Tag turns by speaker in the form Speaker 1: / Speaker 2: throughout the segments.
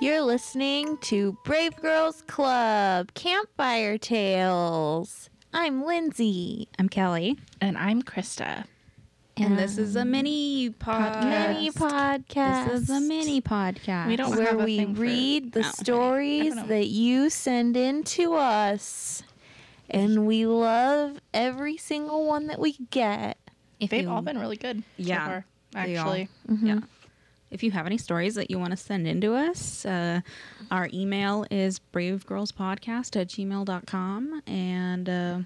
Speaker 1: You're listening to Brave Girls Club Campfire Tales. I'm Lindsay.
Speaker 2: I'm Kelly.
Speaker 3: And I'm Krista.
Speaker 2: And this is a mini podcast.
Speaker 1: Mini podcast.
Speaker 2: This is a mini podcast.
Speaker 3: We don't-
Speaker 1: where
Speaker 3: have a
Speaker 1: we
Speaker 3: thing for-
Speaker 1: read the
Speaker 3: No, I don't- I
Speaker 1: stories
Speaker 3: don't know.
Speaker 1: that you send in to us. And we love every single one that we get.
Speaker 2: If
Speaker 3: They've
Speaker 2: you,
Speaker 3: all been really good.
Speaker 2: Yeah,
Speaker 3: So far,
Speaker 2: they all-
Speaker 3: actually.
Speaker 2: Yeah. If you have any stories that you want to send in to us, uh, our email is bravegirlspodcast at gmail.com. And uh,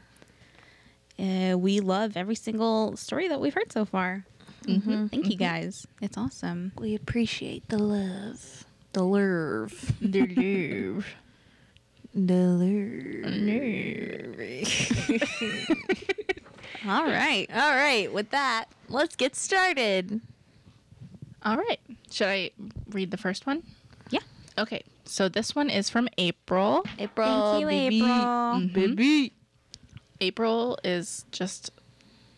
Speaker 2: uh, we love every single story that we've heard so far. Mm-hmm. Thank you guys. It's awesome.
Speaker 1: We appreciate the love. The love. The love.
Speaker 2: All right.
Speaker 1: All right, with that, let's get started.
Speaker 3: All right. Should I read the first one?
Speaker 2: Yeah.
Speaker 3: Okay. So this one is from April.
Speaker 1: April.
Speaker 2: Thank you,
Speaker 1: baby. Mm-hmm.
Speaker 2: April.
Speaker 3: Mhm.
Speaker 1: Baby.
Speaker 3: April is just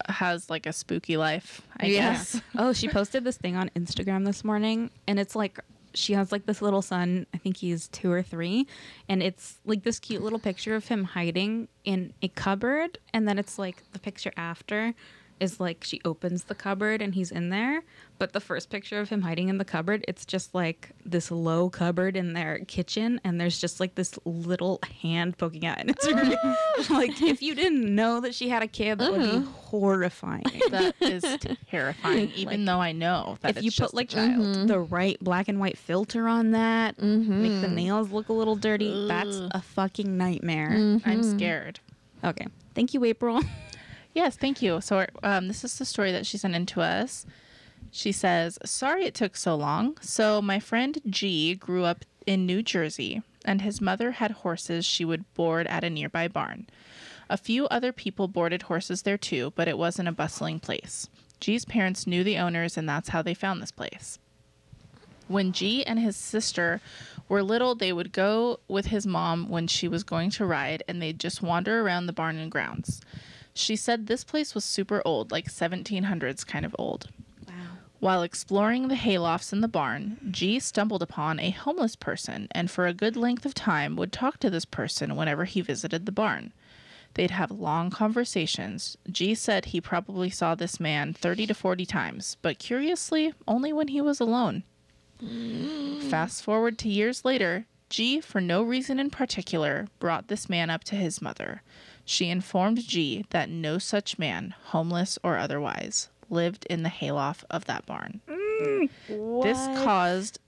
Speaker 3: has like a spooky life, I
Speaker 1: Yes.
Speaker 3: guess.
Speaker 2: Oh, she posted this thing on Instagram this morning, and it's like she has like this little son. I think he's two or three, and it's like this cute little picture of him hiding in a cupboard, and then it's like the picture after is like she opens the cupboard and he's in there, but the first picture of him hiding in the cupboard, it's just like this low cupboard in their kitchen, and there's just like this little hand poking out, and it's really, like if you didn't know that she had a kid, that would be horrifying
Speaker 3: That is terrifying, even though I know that
Speaker 2: if you put like the right black and white filter on that, make
Speaker 3: Mm-hmm.
Speaker 2: the nails look a little dirty, that's a fucking nightmare.
Speaker 3: I'm
Speaker 2: mm-hmm.
Speaker 3: scared.
Speaker 2: Okay. Thank you, April.
Speaker 3: Yes, thank you. So um, this is the story that she sent in to us. She says, Sorry it took so long. So my friend G grew up in New Jersey, and his mother had horses she would board at a nearby barn. A few other people boarded horses there too, but it wasn't a bustling place. G's parents knew the owners, and that's how they found this place. When G and his sister were little, they would go with his mom when she was going to ride, and they'd just wander around the barn and grounds. She said this place was super old, like 1700s kind of old. While exploring the haylofts in the barn, G stumbled upon a homeless person and for a good length of time would talk to this person whenever he visited the barn. They'd have long conversations. G said he probably saw this man 30 to 40 times, but curiously, only when he was alone. Fast forward to years later, G, for no reason in particular, brought this man up to his mother. She informed G that no such man, homeless or otherwise, lived in the hayloft of that barn. This caused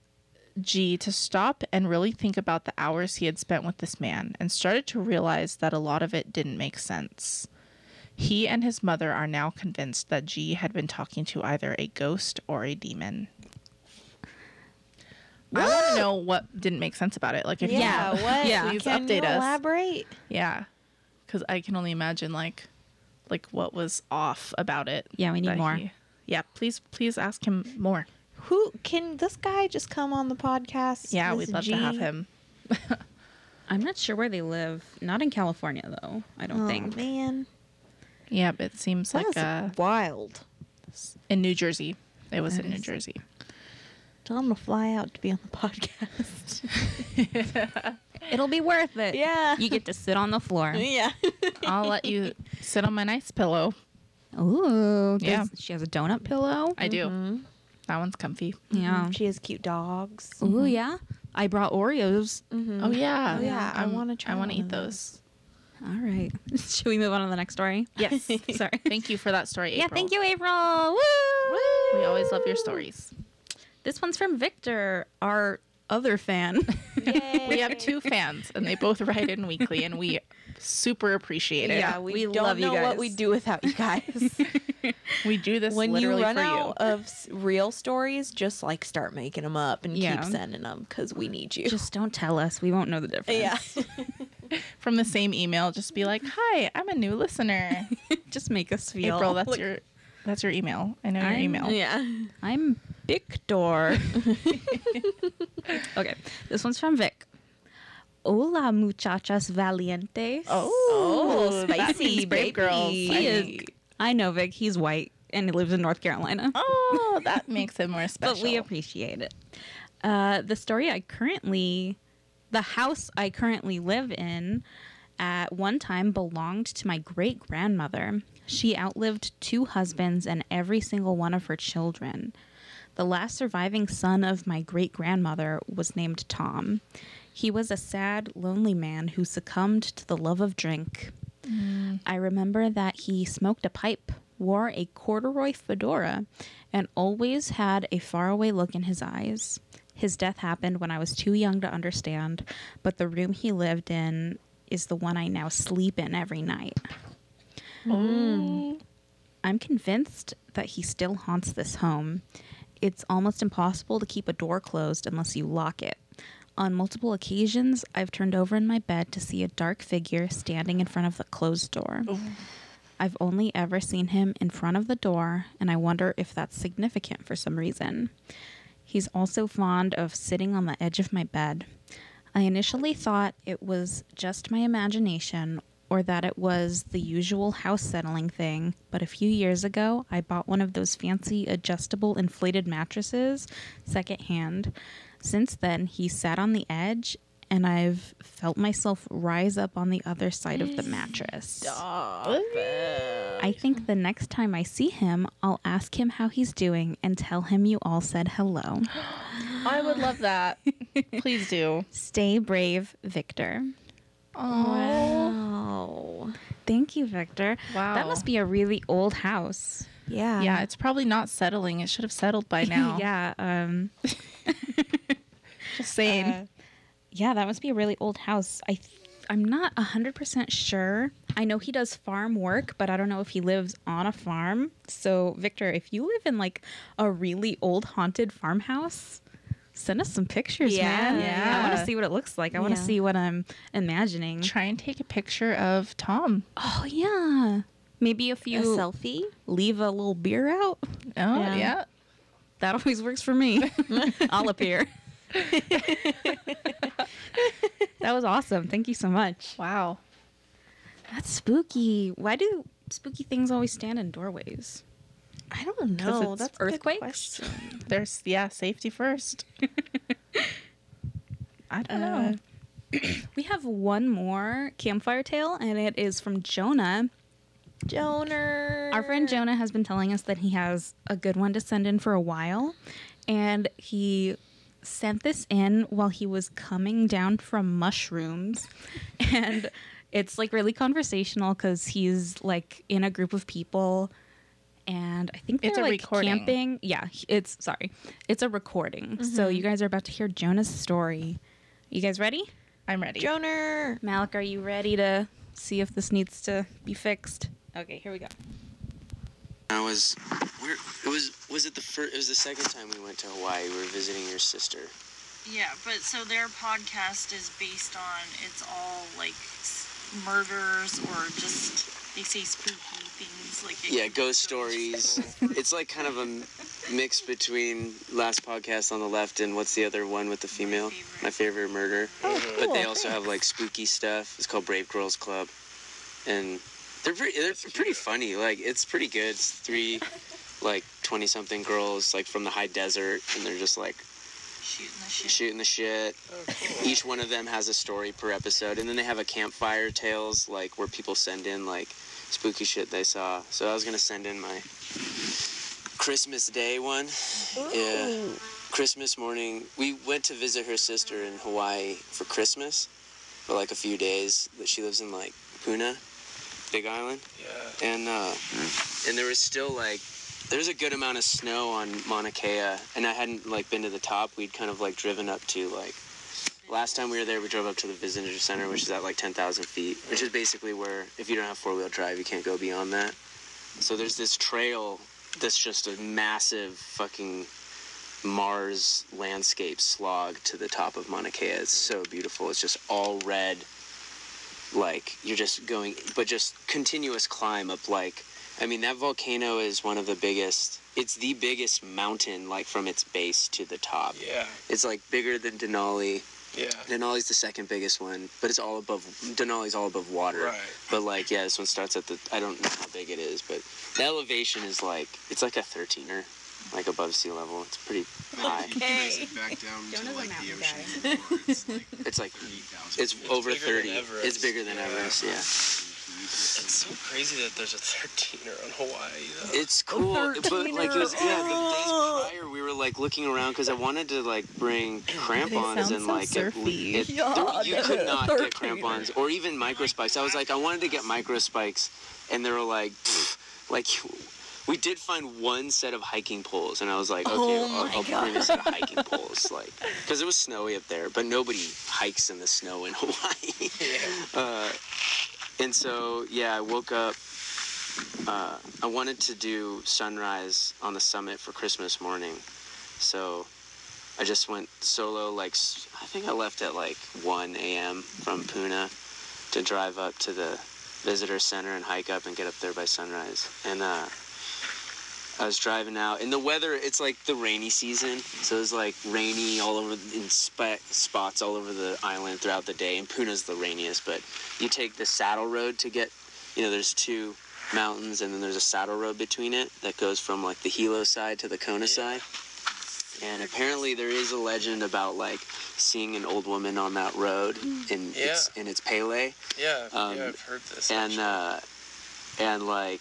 Speaker 3: G to stop and really think about the hours he had spent with this man and started to realize that a lot of it didn't make sense. He and his mother are now convinced that G had been talking to either a ghost or a demon. I want to know what didn't make sense about it. Like, if
Speaker 1: Yeah,
Speaker 3: you know,
Speaker 1: what?
Speaker 2: Yeah.
Speaker 3: please
Speaker 1: Can
Speaker 3: update
Speaker 1: you
Speaker 3: us.
Speaker 1: elaborate?
Speaker 3: Yeah, because I can only imagine like, like what was off about it.
Speaker 2: Yeah, we need
Speaker 3: that
Speaker 2: more.
Speaker 3: yeah, please, please ask him more.
Speaker 1: Who can this guy just come on the podcast?
Speaker 3: Yeah,
Speaker 1: This
Speaker 3: we'd love to have
Speaker 1: G?
Speaker 3: him.
Speaker 2: I'm not sure where they live. Not in California though, I don't
Speaker 1: Oh
Speaker 2: think.
Speaker 1: man,
Speaker 3: Yeah, but it seems like
Speaker 1: that's
Speaker 3: uh,
Speaker 1: wild.
Speaker 3: in New Jersey. It was
Speaker 2: That
Speaker 3: in New
Speaker 2: is-
Speaker 3: Jersey.
Speaker 1: Tell him to fly out to be on the podcast.
Speaker 2: It'll be worth it.
Speaker 1: yeah,
Speaker 2: You get to sit on the floor.
Speaker 1: yeah.
Speaker 3: I'll let you sit on my nice pillow.
Speaker 2: Ooh.
Speaker 3: Yeah.
Speaker 2: does- She has a donut pillow.
Speaker 3: I Mm-hmm. do.
Speaker 1: Mm-hmm.
Speaker 3: That one's comfy.
Speaker 2: Yeah.
Speaker 1: She has cute dogs.
Speaker 3: Mm-hmm.
Speaker 2: Ooh, yeah. I brought Oreos.
Speaker 3: Oh yeah.
Speaker 1: Oh, yeah, I
Speaker 3: I'm-
Speaker 1: wanna try
Speaker 3: I want
Speaker 1: one
Speaker 3: to eat
Speaker 1: of
Speaker 3: those.
Speaker 2: All right. Should we move on to the next story?
Speaker 3: Yes.
Speaker 2: Sorry.
Speaker 3: thank you for that story. April.
Speaker 2: Yeah, thank you, April. Woo!
Speaker 3: We always love your stories.
Speaker 2: This one's from Victor, our other fan.
Speaker 3: We have two fans, and they both write in weekly, and we super appreciate it.
Speaker 2: Yeah.
Speaker 1: we,
Speaker 2: we
Speaker 1: don't
Speaker 2: love you
Speaker 1: know what
Speaker 2: guys.
Speaker 1: we do without you guys.
Speaker 3: we do this
Speaker 1: when you
Speaker 3: literally
Speaker 1: run
Speaker 3: for you.
Speaker 1: out of s- real stories, just like start making them up and
Speaker 2: Yeah.
Speaker 1: keep sending them because we need you.
Speaker 2: Just don't tell us. We won't know the difference.
Speaker 1: yeah,
Speaker 3: from the same email just be like hi i'm a new listener
Speaker 2: Just make us feel.
Speaker 3: april that's
Speaker 2: like,
Speaker 3: your that's your email i know your
Speaker 2: I'm-
Speaker 3: email
Speaker 1: yeah.
Speaker 2: I'm Victor. okay. This one's from Vic. Hola, muchachas valientes.
Speaker 1: Oh,
Speaker 3: that
Speaker 1: spicy,
Speaker 3: means brave
Speaker 1: baby.
Speaker 3: girls
Speaker 2: he
Speaker 3: I
Speaker 2: is.
Speaker 3: think.
Speaker 2: I know Vic. He's white and he lives in North Carolina.
Speaker 3: oh that makes it more special
Speaker 2: But we appreciate it. Uh, the story I currently, the house I currently live in, at one time belonged to my great grandmother. She outlived two husbands and every single one of her children. The last surviving son of my great grandmother was named Tom. He was a sad, lonely man who succumbed to the love of drink. I remember that he smoked a pipe, wore a corduroy fedora, and always had a faraway look in his eyes. His death happened when I was too young to understand, but the room he lived in is the one I now sleep in every night. I'm convinced that he still haunts this home. It's almost impossible to keep a door closed unless you lock it. On multiple occasions, I've turned over in my bed to see a dark figure standing in front of the closed door. I've only ever seen him in front of the door, and I wonder if that's significant for some reason. He's also fond of sitting on the edge of my bed. I initially thought it was just my imagination or that it was the usual house settling thing, but a few years ago I bought one of those fancy adjustable inflated mattresses secondhand. Since then, he sat on the edge and I've felt myself rise up on the other side of the mattress. I think the next time I see him, I'll ask him how he's doing and tell him you all said hello.
Speaker 3: I would love that. Please do.
Speaker 2: Stay brave, Victor.
Speaker 4: Wow.
Speaker 2: Thank you, Victor.
Speaker 3: Wow.
Speaker 2: That must be a really old house.
Speaker 4: Yeah.
Speaker 3: Yeah, it's probably not settling. It should have settled by now.
Speaker 2: yeah. Um,
Speaker 3: Just saying.
Speaker 2: uh, yeah, that must be a really old house. I, th- I'm not hundred percent sure. I know he does farm work, but I don't know if he lives on a farm. So, Victor, if you live in like a really old haunted farmhouse, send us some pictures,
Speaker 4: Yeah.
Speaker 2: man. I want
Speaker 3: Yeah.
Speaker 2: to see what it looks like. I want to
Speaker 4: Yeah.
Speaker 2: see what I'm imagining.
Speaker 3: Try and take a picture of Tom.
Speaker 2: Oh yeah, maybe if
Speaker 4: A
Speaker 2: you
Speaker 4: selfie?
Speaker 2: leave a little beer out.
Speaker 3: Oh,
Speaker 4: Yeah.
Speaker 3: yeah.
Speaker 2: That always works for me. I'll appear. that was awesome. Thank you so much.
Speaker 3: Wow.
Speaker 2: That's spooky. Why do spooky things always stand in doorways?
Speaker 4: I don't
Speaker 3: 'Cause
Speaker 4: know.
Speaker 3: it's
Speaker 4: That's
Speaker 2: earthquakes?
Speaker 4: earthquakes.
Speaker 3: There's yeah, safety first. Uh, I don't know.
Speaker 2: We have one more campfire tale, and it is from Jonah.
Speaker 4: Joner.
Speaker 2: Our friend Jonah has been telling us that he has a good one to send in for a while, and he sent this in while he was coming down from mushrooms. and it's like really conversational because he's like in a group of people, and I think they're
Speaker 3: It's a
Speaker 2: like
Speaker 3: recording.
Speaker 2: camping. Yeah, he- it's sorry, it's a recording. So
Speaker 3: Mm-hmm.
Speaker 2: you guys are about to hear Jonah's story. You guys ready?
Speaker 3: I'm ready.
Speaker 4: Joner.
Speaker 2: Malik, are you ready to see if this needs to be fixed? Okay, here we go.
Speaker 5: I was, we're, it was, was it the first? It was the second time we went to Hawaii. We were visiting your sister.
Speaker 6: Yeah, but so their podcast is based on it's all like s- murders or just they say spooky things like it
Speaker 5: Yeah,
Speaker 6: could be
Speaker 5: ghost stories. it's like kind of a m- mix between last podcast on the left and what's the other one with the female?
Speaker 6: Favorite.
Speaker 5: My favorite murder.
Speaker 1: Oh,
Speaker 5: But they also have like spooky stuff. It's called Brave Girls Club, and they're pretty, they're pretty funny. Like it's pretty good. It's three, like twenty something girls like from the high desert, and they're just like
Speaker 6: shooting the shit.
Speaker 5: shooting the shit. Each one of them has a story per episode, and then they have a campfire tales like where people send in like spooky shit they saw. So I was gonna send in my Christmas Day one. Yeah,
Speaker 1: Oh.
Speaker 5: Christmas morning. We went to visit her sister in Hawaii for Christmas for like a few days. But she lives in like Puna, Big Island. Yeah. And uh, and there was still like there's a good amount of snow on Mauna Kea, and I hadn't like been to the top. We'd kind of like driven up to like last time we were there, we drove up to the visitor center, which is at like ten thousand feet, which is basically where if you don't have four wheel drive, you can't go beyond that. So there's this trail that's just a massive fucking Mars landscape slog to the top of Mauna Kea. It's so beautiful. It's just all red. Like you're just going, but just continuous climb up like I mean, that volcano is one of the biggest. It's the biggest mountain, like from its base to the top.
Speaker 7: Yeah,
Speaker 5: It's like bigger than Denali.
Speaker 7: yeah.
Speaker 5: Denali's the second biggest one, but it's all above. Denali's all above water.
Speaker 7: Right.
Speaker 5: But like, yeah, this one starts at the. I don't know how big it is, but the elevation is like it's like a thirteener. like above sea level. It's pretty high.
Speaker 7: Raise it back down to
Speaker 1: Jonah's a
Speaker 7: like the
Speaker 1: mountain
Speaker 7: ocean floor. It's like
Speaker 5: It's like
Speaker 7: 3,000.
Speaker 5: it's over
Speaker 8: bigger than
Speaker 5: thirty.
Speaker 8: Everest.
Speaker 5: It's bigger than
Speaker 8: Yeah.
Speaker 5: Everest. Yeah.
Speaker 8: It's so crazy that there's a 13er on Hawaii. Though.
Speaker 5: It's cool, but like, it was, yeah, the days prior we were like looking around because I wanted to like bring crampons
Speaker 3: sound
Speaker 5: and
Speaker 3: so
Speaker 5: like at
Speaker 3: surfy.
Speaker 5: le- at- there- you could not get crampons or even micro spikes. I was like, I wanted to get micro spikes, and they were like, pfft, like. We did find one set of hiking poles, and I was like, okay, I'll, I'll bring a set of hiking poles, like, because it was snowy up there, but nobody hikes in the snow in Hawaii. Uh, and so, yeah, I woke up uh, I wanted to do sunrise on the summit for Christmas morning, so I just went solo. Like s- I think I left at like 1 a.m. from Pune to drive up to the visitor center and hike up and get up there by sunrise. And uh, I was driving out, and the weather—it's like the rainy season, so it's like rainy all over in spe- spots all over the island throughout the day. And Pune's the rainiest, but you take the saddle road to get, you know, there's two mountains and then there's a saddle road between it that goes from like the Hilo side to the Kona side. And apparently there is a legend about like seeing an old woman on that road in its in its Pele
Speaker 8: Yeah,
Speaker 5: Um,
Speaker 8: yeah, I've heard this.
Speaker 5: and
Speaker 8: actually.
Speaker 5: uh, and like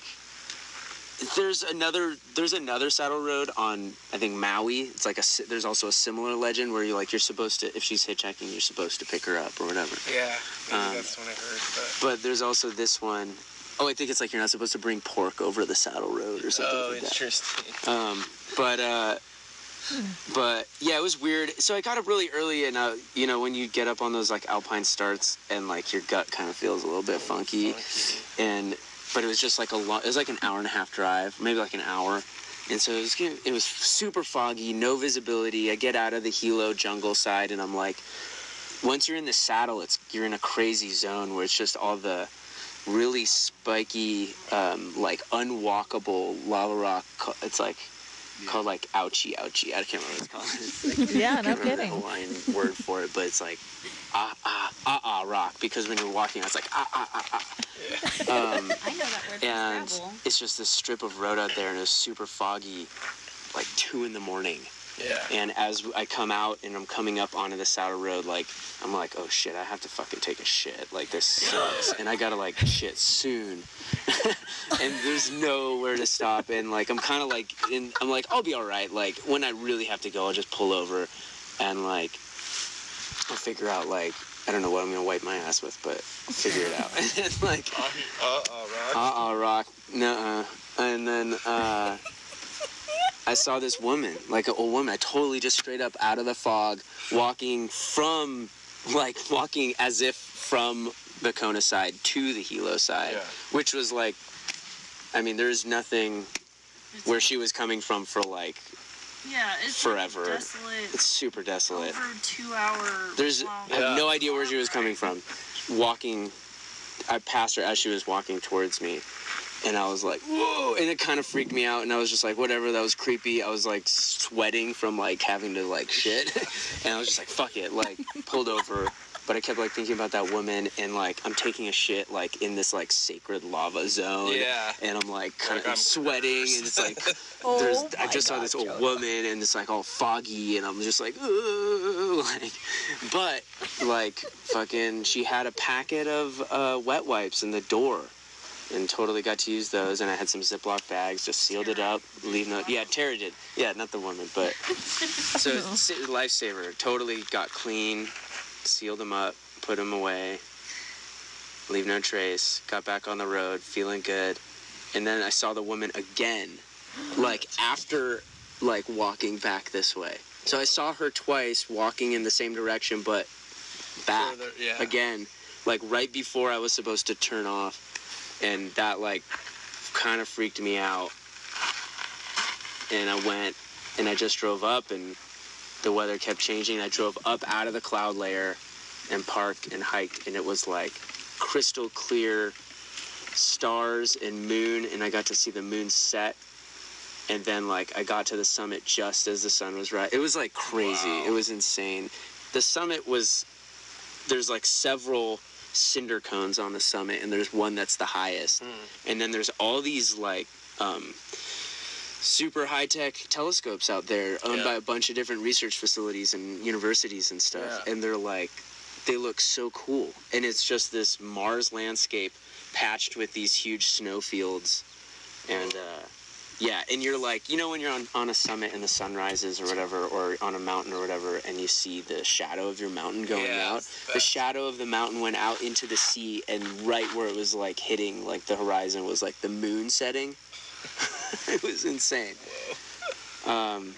Speaker 5: there's another there's another saddle road on I think Maui. It's like a si- there's also a similar legend where you like you're supposed to if she's hitchhiking you're supposed to pick her up or whatever.
Speaker 8: yeah, maybe
Speaker 5: um,
Speaker 8: that's when I heard. But
Speaker 5: But there's also this one oh I think it's like you're not supposed to bring pork over the saddle road or something
Speaker 8: oh,
Speaker 5: like that.
Speaker 8: interesting.
Speaker 5: Um, but uh, but yeah, it was weird. So I got up really early, and uh, you know when you get up on those like alpine starts, and like your gut kind of feels a little bit funky, and but it was just like a long. It was like an hour and a half drive, maybe like an hour. And so it was, gonna- it was super foggy, no visibility. I get out of the Hilo jungle side, and I'm like, once you're in the saddle, it's you're in a crazy zone where it's just all the really spiky, um, like unwalkable lava rock. co- It's like called like ouchie ouchie. I can't remember what it's called.
Speaker 3: Yeah, no
Speaker 5: I can't remember the
Speaker 3: kidding.
Speaker 5: Hawaiian word for it, but it's like ah ah ah ah rock because when you're walking, it's like ah ah ah ah. Um,
Speaker 1: I know that word
Speaker 5: and
Speaker 1: for gravel.
Speaker 5: it's just this strip of road out there, and it's super foggy, like two in the morning.
Speaker 8: Yeah.
Speaker 5: And as I come out and I'm coming up onto the saddle road, like I'm like, oh shit, I have to fucking take a shit. Like this sucks, and I gotta like shit soon. and there's nowhere to stop, and like I'm kind of like, in, I'm like, I'll be all right. Like when I really have to go, I'll just pull over, and like I'll figure out like I don't know what I'm gonna wipe my ass with, but I'll figure it out. and like
Speaker 8: Uh uh, rock.
Speaker 5: uh uh rock. Nuh uh. And then uh I saw this woman, like an old woman, I totally just straight up out of the fog, walking from like walking as if from the Kona side to the Hilo side.
Speaker 8: Yeah.
Speaker 5: Which was like I mean, there's nothing where she was coming from for like
Speaker 6: Yeah, it's
Speaker 5: Forever.
Speaker 6: Like desolate.
Speaker 5: it's super desolate.
Speaker 6: over two hour.
Speaker 5: There's
Speaker 6: long
Speaker 5: I have
Speaker 8: Yeah.
Speaker 5: no idea where she was coming from. Walking, I passed her as she was walking towards me, and I was like, "Whoa!" And it kind of freaked me out, and I was just like, "Whatever." That was creepy. I was like sweating from like having to like shit, and I was just like, "Fuck it!" Like pulled over, but I kept like thinking about that woman, and like I'm taking a shit like in this like sacred lava zone,
Speaker 8: Yeah.
Speaker 5: and I'm like kind
Speaker 8: Like,
Speaker 5: of
Speaker 8: I'm
Speaker 5: sweating, and it's like there's I just saw this old woman and it's like all foggy and I'm just like ooh like but like fucking she had a packet of uh, wet wipes in the door and totally got to use those and I had some Ziploc bags just sealed it up leave no yeah Tara did yeah not the woman but so it's a lifesaver totally got clean sealed them up put them away leave no trace got back on the road feeling good and then I saw the woman again like after like walking back this way. So I saw her twice walking in the same direction but back
Speaker 8: Further, yeah.
Speaker 5: again like right before I was supposed to turn off and that like kind of freaked me out. And I went and I just drove up and the weather kept changing. I drove up out of the cloud layer and parked and hiked and it was like crystal clear stars and moon and I got to see the moon set and then like I got to the summit just as the sun was rising. It was like crazy.
Speaker 8: Wow.
Speaker 5: It was insane. The summit was there's like several cinder cones on the
Speaker 8: Hmm.
Speaker 5: summit and there's one that's the highest. And then there's all these like um super high tech telescopes out there owned
Speaker 8: Yeah.
Speaker 5: by a bunch of different research facilities and universities and stuff.
Speaker 8: Yeah.
Speaker 5: And they're like, they look so cool. And it's just this Mars landscape patched with these huge snowfields. And uh, yeah, and you're like, you know, when you're on, on a summit and the sun rises or whatever, or on a mountain or whatever, and you see the shadow of your mountain going
Speaker 8: Yeah,
Speaker 5: out.
Speaker 8: it's the
Speaker 5: The
Speaker 8: best.
Speaker 5: shadow of the mountain went out into the sea, and right where it was like hitting like the horizon was like the moon setting. it was insane. Um,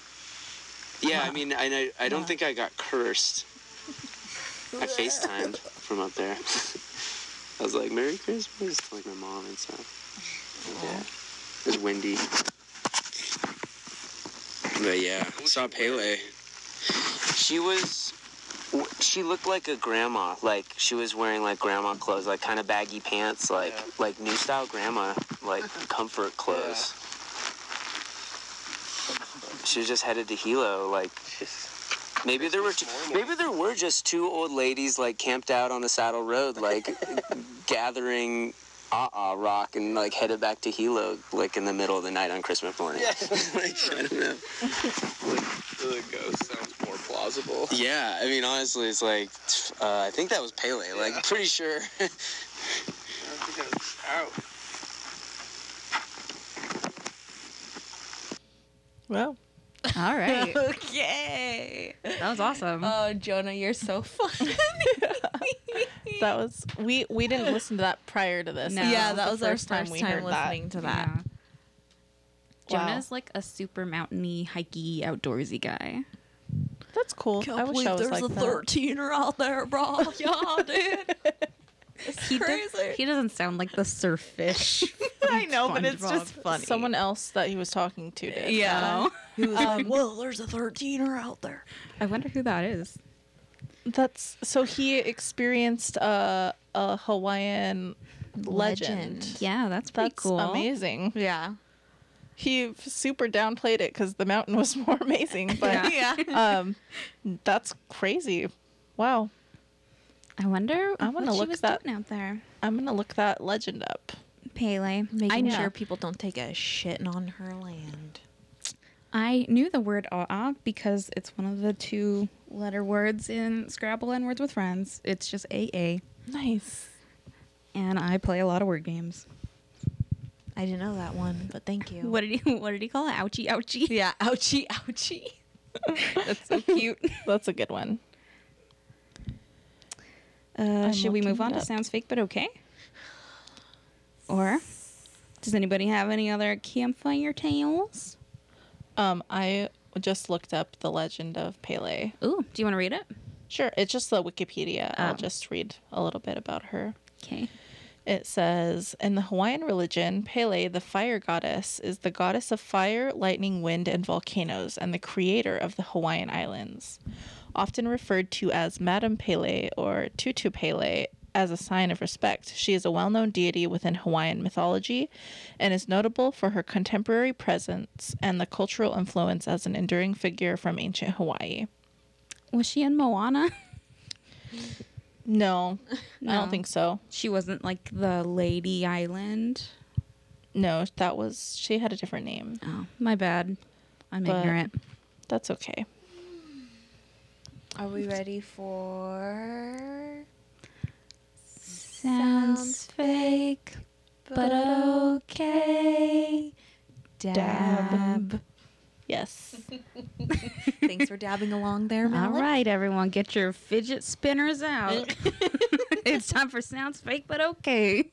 Speaker 5: yeah, I mean, I know, I don't think I got cursed. I FaceTimed from up there. I was like, "Merry Christmas" to like my mom and stuff. And, yeah, it was windy. But yeah, saw Pele. She was, w- she looked like a grandma. Like she was wearing like grandma clothes, like kind of baggy pants, like
Speaker 8: Yeah.
Speaker 5: like new style grandma, like comfort clothes. She was just headed to Hilo, like Maybe there were
Speaker 8: It's
Speaker 5: two,
Speaker 8: normal.
Speaker 5: maybe there were just two old ladies like camped out on the saddle road, like gathering ah rock and like headed back to Hilo like in the middle of the night on Christmas morning.
Speaker 8: Yeah.
Speaker 5: like, I don't know.
Speaker 8: The ghost sounds more plausible.
Speaker 5: Yeah, I mean honestly, it's like uh, I think that was Pele.
Speaker 8: Yeah.
Speaker 5: Like pretty sure.
Speaker 8: I think I was out.
Speaker 3: Well,
Speaker 2: All right.
Speaker 4: Okay.
Speaker 2: That was awesome.
Speaker 4: Oh, Jonah, you're so funny.
Speaker 3: that was we we didn't listen to that prior to this.
Speaker 2: No.
Speaker 3: This
Speaker 4: yeah,
Speaker 3: is
Speaker 4: that
Speaker 3: the
Speaker 4: was our first time,
Speaker 3: we heard that.
Speaker 4: listening to that.
Speaker 2: Yeah.
Speaker 3: Wow.
Speaker 2: Jonah's like a super mountainy, hikey, outdoorsy guy.
Speaker 3: That's cool. I wish I was like that.
Speaker 4: 13er out there, bro. yeah, dude. It's
Speaker 2: He, does,
Speaker 4: crazy.
Speaker 2: he doesn't sound like the surf fish.
Speaker 4: I know, but it's
Speaker 2: SpongeBob.
Speaker 4: just funny.
Speaker 3: Someone else that he was talking to did.
Speaker 2: Yeah.
Speaker 4: who was like,
Speaker 3: Um,
Speaker 4: "Well, there's a 13er out there."
Speaker 2: I wonder who that is.
Speaker 3: That's so he experienced a a Hawaiian legend.
Speaker 4: Legend.
Speaker 2: Yeah, that's pretty
Speaker 3: That's
Speaker 2: cool.
Speaker 3: amazing.
Speaker 4: Yeah.
Speaker 3: He f- super downplayed it because the mountain was more amazing, but
Speaker 4: yeah.
Speaker 3: um, that's crazy. Wow,
Speaker 2: I wonder.
Speaker 3: I wanna
Speaker 2: what she
Speaker 3: look
Speaker 2: was
Speaker 3: that-
Speaker 2: doing out there.
Speaker 3: I'm gonna look that legend up.
Speaker 2: Pele. I
Speaker 4: Making
Speaker 2: knew,
Speaker 4: sure people don't take a shitting on her land.
Speaker 2: I knew the word "ah" because it's one of the two letter words in Scrabble and Words with Friends. It's just AA,
Speaker 3: Nice.
Speaker 2: and I play a lot of word games.
Speaker 4: I didn't know that one, but thank you.
Speaker 2: What did he? What did he call it? Ouchie, ouchie.
Speaker 4: Yeah. Ouchie. Ouchie.
Speaker 2: That's so cute.
Speaker 3: That's a good one.
Speaker 2: Uh, should we
Speaker 3: looking
Speaker 2: move
Speaker 3: it
Speaker 2: on to
Speaker 3: up.
Speaker 2: sounds fake but okay? Or does anybody have any other campfire tales?
Speaker 3: Um, I just looked up the legend of Pele.
Speaker 2: Ooh, do you want to read it?
Speaker 3: Sure, it's just the Wikipedia. I'll
Speaker 2: Oh.
Speaker 3: just read a little bit about her.
Speaker 2: Okay.
Speaker 3: It says In the Hawaiian religion, Pele, the fire goddess, is the goddess of fire, lightning, wind, and volcanoes, and the creator of the Hawaiian Islands. Often referred to as Madam Pele or Tutu Pele as a sign of respect, she is a well known deity within Hawaiian mythology and is notable for her contemporary presence and the cultural influence as an enduring figure from ancient Hawaii.
Speaker 2: Was she in Moana?
Speaker 3: No, I
Speaker 2: No.
Speaker 3: don't think so.
Speaker 2: She wasn't like the Lady Island.
Speaker 3: No, that was, she had a different name.
Speaker 2: Oh, my bad. I'm
Speaker 3: But-
Speaker 2: ignorant.
Speaker 3: That's okay.
Speaker 4: Are we ready for?
Speaker 2: Sounds fake but okay. Dab.
Speaker 3: Yes.
Speaker 4: Thanks for dabbing along there,
Speaker 2: All
Speaker 4: Malik.
Speaker 2: right, everyone, get your fidget spinners out. it's time for sounds fake but okay.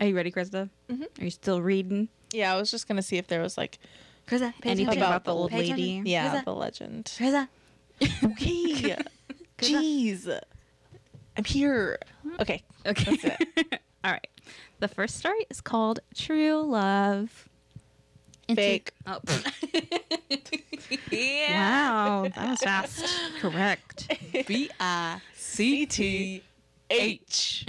Speaker 2: Are you ready, Krista?
Speaker 3: Mhm.
Speaker 2: Are you still reading?
Speaker 3: Yeah, I was just gonna see if there was like
Speaker 4: Kriza, pay
Speaker 2: Anything
Speaker 4: attention.
Speaker 3: about the old
Speaker 4: Pay
Speaker 2: lady?
Speaker 4: attention.
Speaker 3: yeah
Speaker 4: Kriza,
Speaker 3: the legend.
Speaker 4: Kriza.
Speaker 3: Okay, jeez, I'm here. Okay,
Speaker 2: Okay. All right. The first story is called True Love. And she-
Speaker 3: fake.
Speaker 2: Oh. Wow, that was fast. Correct.
Speaker 4: B I
Speaker 3: C T H.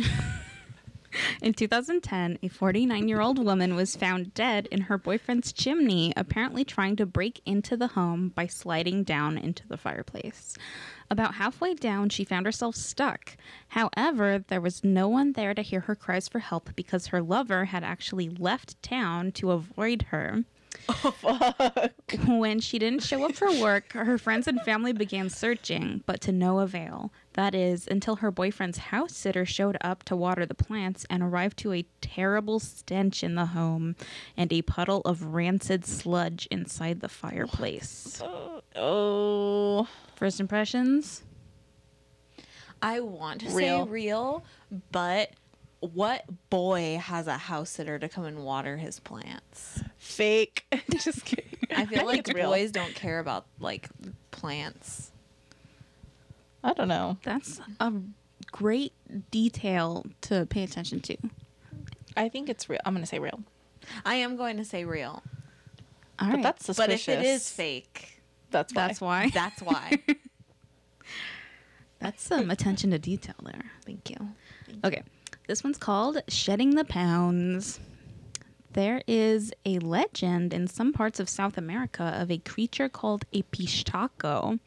Speaker 2: In 2010, a 49 year old woman was found dead in her boyfriend's chimney, apparently trying to break into the home by sliding down into the fireplace. About halfway down, she found herself stuck. However, there was no one there to hear her cries for help because her lover had actually left town to avoid her. When she didn't show up for work, her friends and family began searching, but to no avail. That is, until her boyfriend's house sitter showed up to water the plants and arrived to a terrible stench in the home and a puddle of rancid sludge inside the fireplace.
Speaker 3: Oh,
Speaker 2: First impressions?
Speaker 1: I want to
Speaker 3: Real.
Speaker 1: say real, but what boy has a house sitter to come and water his plants?
Speaker 3: fake. Just kidding.
Speaker 1: I feel
Speaker 3: think
Speaker 1: like
Speaker 3: it's real.
Speaker 1: boys don't care about like plants.
Speaker 3: I don't know.
Speaker 2: That's a great detail to pay attention to.
Speaker 3: I think it's real. I'm gonna say real,
Speaker 1: I am going to say real,
Speaker 2: All
Speaker 3: but
Speaker 2: right.
Speaker 3: that's
Speaker 1: but
Speaker 3: suspicious.
Speaker 1: if it is fake,
Speaker 3: that's why.
Speaker 2: that's why.
Speaker 1: that's why.
Speaker 2: That's some attention to detail there.
Speaker 1: Thank you.
Speaker 2: Okay. This one's called Shedding the Pounds. There is a legend in some parts of South America of a creature called a pistaco,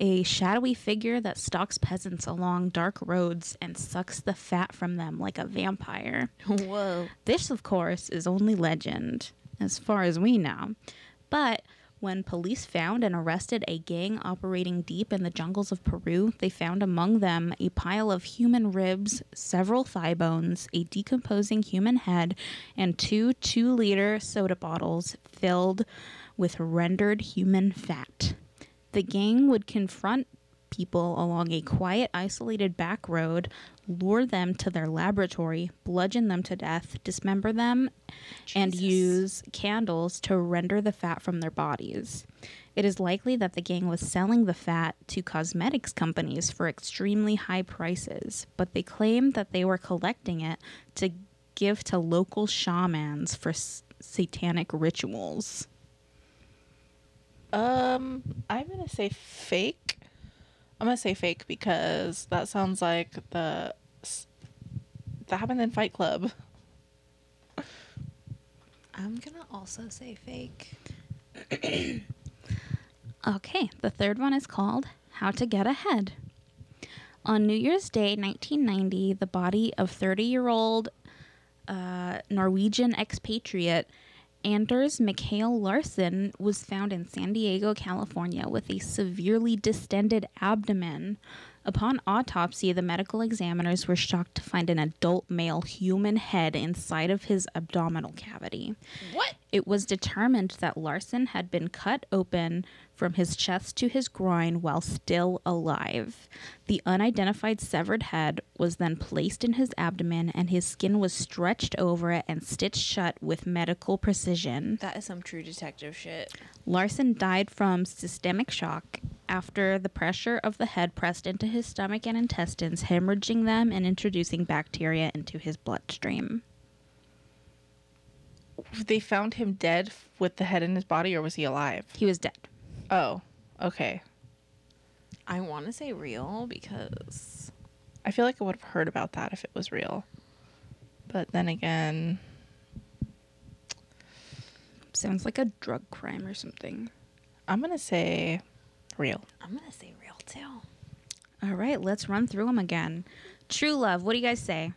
Speaker 2: a shadowy figure that stalks peasants along dark roads and sucks the fat from them like a vampire.
Speaker 1: Whoa.
Speaker 2: This, of course, is only legend, as far as we know. But when police found and arrested a gang operating deep in the jungles of Peru, they found among them a pile of human ribs, several thigh bones, a decomposing human head, and two two liter soda bottles filled with rendered human fat. The gang would confront people along a quiet, isolated back road, lure them to their laboratory, bludgeon them to death, dismember them, and use candles to render the fat from their bodies. It is likely that the gang was selling the fat to cosmetics companies for extremely high prices, but they claimed that they were collecting it to give to local shamans for s- satanic rituals.
Speaker 3: Um, I'm gonna say fake. I'm gonna say fake because that sounds like the s- that happened in Fight Club.
Speaker 1: I'm gonna also say fake.
Speaker 2: Okay, the third one is called How to Get Ahead. On New Year's Day 1990, the body of 30 year old uh, Norwegian expatriate Anders Mikhail Larsen was found in San Diego, California, with a severely distended abdomen. Upon autopsy, the medical examiners were shocked to find an adult male human head inside of his abdominal cavity. It was determined that Larson had been cut open from his chest to his groin while still alive. The unidentified severed head was then placed in his abdomen and his skin was stretched over it and stitched shut with medical precision.
Speaker 1: That is some true detective shit.
Speaker 2: Larson died from systemic shock after the pressure of the head pressed into his stomach and intestines, hemorrhaging them and introducing bacteria into his bloodstream.
Speaker 3: They found him dead f- with the head in his body, or was he alive?
Speaker 2: He was dead.
Speaker 3: Oh, okay.
Speaker 1: I want to say real because
Speaker 3: I feel like I would have heard about that if it was real. But then again,
Speaker 2: Sounds like a drug crime or something.
Speaker 3: I'm gonna say real.
Speaker 1: I'm gonna say real too.
Speaker 2: All right, let's run through them again. True love, what do you guys say?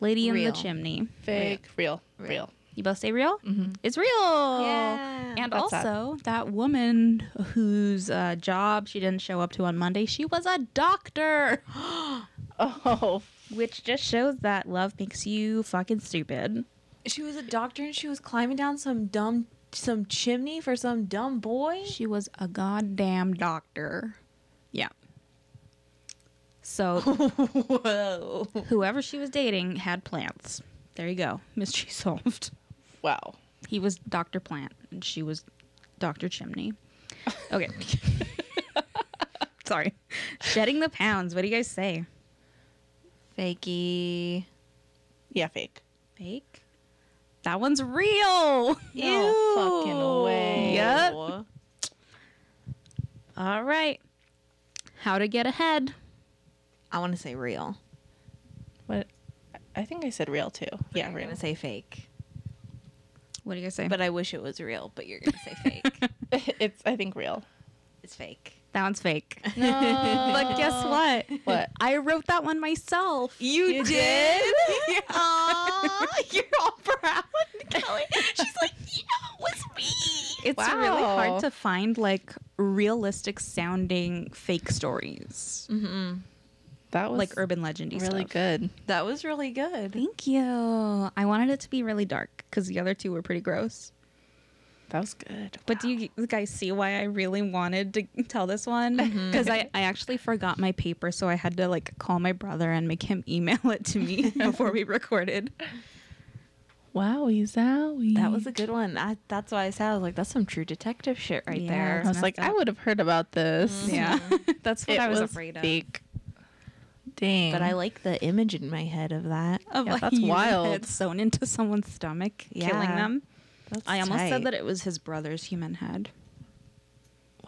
Speaker 2: Lady in
Speaker 1: Real.
Speaker 2: the chimney.
Speaker 3: Fake. Real. Real.
Speaker 2: You both say real? Mm-hmm. It's real.
Speaker 1: Yeah.
Speaker 2: And
Speaker 3: That's sad.
Speaker 2: also, that woman whose uh, job she didn't show up to on Monday, she was a doctor,
Speaker 3: Oh,
Speaker 2: which just shows that love makes you fucking stupid.
Speaker 1: She was a doctor and she was climbing down some dumb some chimney for some dumb boy.
Speaker 2: She was a goddamn doctor. Yeah. So,
Speaker 1: Whoa.
Speaker 2: whoever she was dating had plants. There you go. Mystery solved.
Speaker 3: wow.
Speaker 2: He was Dr. Plant and she was Dr. Chimney. Okay. Sorry. Shedding the pounds. What do you guys say?
Speaker 1: Fakey.
Speaker 3: Yeah, fake.
Speaker 2: Fake? That one's real.
Speaker 3: No fucking
Speaker 2: Oh.
Speaker 3: way.
Speaker 2: Yep. All right. How to get ahead.
Speaker 1: I want to say real.
Speaker 3: What? I think I said real too. Yeah,
Speaker 1: You're
Speaker 3: real.
Speaker 1: gonna say fake,
Speaker 2: What do you say?
Speaker 1: but I wish it was real. But you're gonna say fake.
Speaker 3: it's I think real.
Speaker 1: it's fake.
Speaker 2: that one's fake. but guess what?
Speaker 3: What?
Speaker 2: I wrote that one myself.
Speaker 1: You, did? Aw, you're all proud, Kelly. She's like, yeah, it was me.
Speaker 2: It's really
Speaker 3: Wow.
Speaker 2: hard to find like realistic sounding fake stories,
Speaker 3: That was
Speaker 2: like urban legendy
Speaker 3: Mm-hmm. really
Speaker 2: stuff.
Speaker 3: good.
Speaker 1: That was really good.
Speaker 2: Thank you. I wanted it to be really dark because the other two were pretty gross.
Speaker 3: That was good.
Speaker 2: But do you guys see why I really wanted to tell this one? Because I, I actually forgot my paper, so I had to like call my brother and make him email it to me before we recorded.
Speaker 3: Wow, zowie.
Speaker 1: That was a good one. I, that's why I said I was like, that's some true detective shit right
Speaker 2: Yeah,
Speaker 1: there.
Speaker 3: I was like, I would have heard about this.
Speaker 2: Mm. Yeah, that's what
Speaker 3: It
Speaker 2: I was,
Speaker 3: was
Speaker 2: afraid of.
Speaker 3: fake. Dang.
Speaker 1: But I like the image in my head of that.
Speaker 2: Of,
Speaker 3: Yeah,
Speaker 2: like,
Speaker 3: that's
Speaker 2: you
Speaker 3: wild.
Speaker 2: head sewn into someone's stomach, killing
Speaker 1: Yeah.
Speaker 2: them.
Speaker 1: That's
Speaker 2: I almost
Speaker 1: tight.
Speaker 2: said that it was his brother's human head.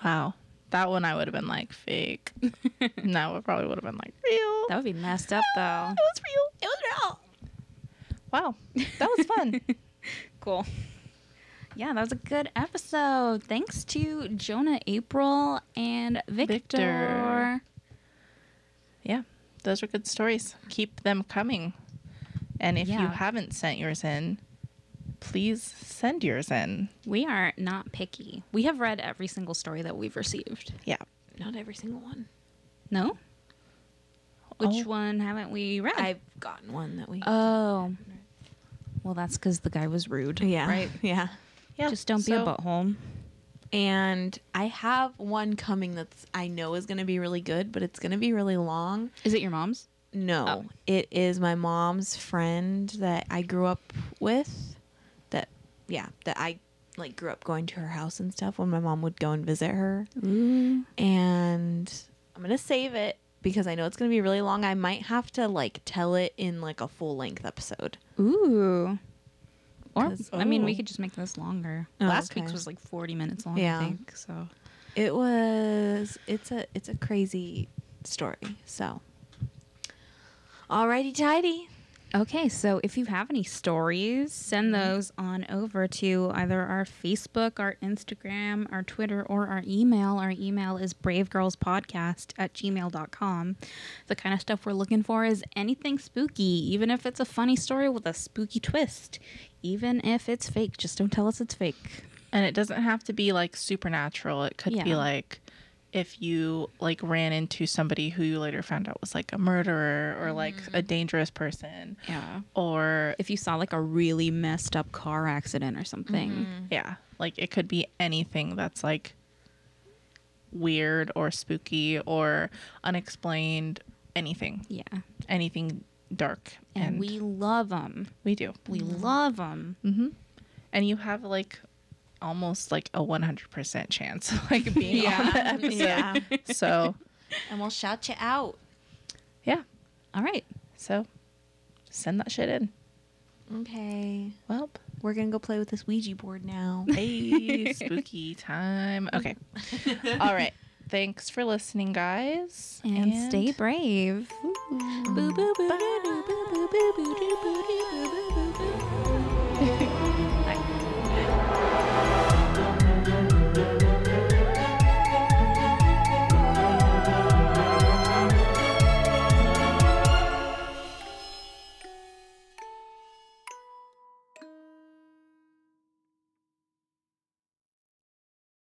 Speaker 3: wow, that one I would have been like fake. no, I probably would have been like real.
Speaker 2: That would be messed up, though.
Speaker 3: was real. It was real. Wow, that was fun.
Speaker 2: cool. Yeah, that was a good episode. Thanks to Jonah, April, and Victor.
Speaker 3: Victor. yeah, those are good stories. Keep them coming. And if you
Speaker 2: Yeah.
Speaker 3: haven't sent yours in, please send yours in.
Speaker 2: We are not picky. We have read every single story that we've received.
Speaker 3: Yeah.
Speaker 1: Not every single one.
Speaker 2: No? Which
Speaker 3: Oh.
Speaker 2: one haven't we read?
Speaker 1: I've gotten one that we.
Speaker 2: oh. Well, that's because the guy was rude.
Speaker 1: yeah.
Speaker 2: Right?
Speaker 1: Yeah.
Speaker 3: Yeah.
Speaker 2: Just don't be a
Speaker 3: so-
Speaker 2: butthole.
Speaker 1: And I have one coming that's I know is going to be really good, but it's going to be really long.
Speaker 2: Is it your mom's?
Speaker 1: No, it is my mom's friend that I grew up with. That yeah, that I like grew up going to her house and stuff when my mom would go and visit her. And I'm gonna save it because I know it's gonna be really long. I might have to like tell it in like a full length episode.
Speaker 2: Ooh. Or,
Speaker 1: 'Cause-
Speaker 2: I mean, we could just make this longer.
Speaker 1: Oh,
Speaker 2: Last
Speaker 1: okay.
Speaker 2: week's was like 40 minutes long,
Speaker 1: Yeah.
Speaker 2: I think. So,
Speaker 1: It was it's a it's a crazy story. So, alrighty, tidy.
Speaker 2: Okay, so if you have any stories, send those on over to either our Facebook, our Instagram, our Twitter, or our email. Our email is bravegirlspodcast at gmail.com. The kind of stuff we're looking for is anything spooky, even if it's a funny story with a spooky twist, even if it's fake. Just don't tell us it's fake.
Speaker 3: And it doesn't have to be like supernatural. It could be
Speaker 2: Yeah.
Speaker 3: like if you like ran into somebody who you later found out was like a murderer or like a dangerous person
Speaker 2: Mm-hmm. Yeah.
Speaker 3: or
Speaker 2: If you saw like a really messed up car accident or something.
Speaker 3: yeah, like it could be anything that's like weird or spooky or unexplained anything.
Speaker 2: Yeah.
Speaker 3: Anything dark.
Speaker 2: And, Mm-hmm. we love them.
Speaker 3: we do.
Speaker 2: We love 'em. love them.
Speaker 3: and you have like almost like a 100% chance of, like being on the episode.
Speaker 1: Yeah,
Speaker 3: So,
Speaker 1: and we'll shout you out.
Speaker 3: yeah.
Speaker 2: All right.
Speaker 3: So send that shit in.
Speaker 1: Okay.
Speaker 3: Well,
Speaker 1: We're gonna go play with this Ouija board now.
Speaker 3: hey, spooky time. Okay. All right. Thanks for listening, guys.
Speaker 2: and stay brave.
Speaker 1: Boo boo boo doo doo, boo boo boo doo boo doo boo.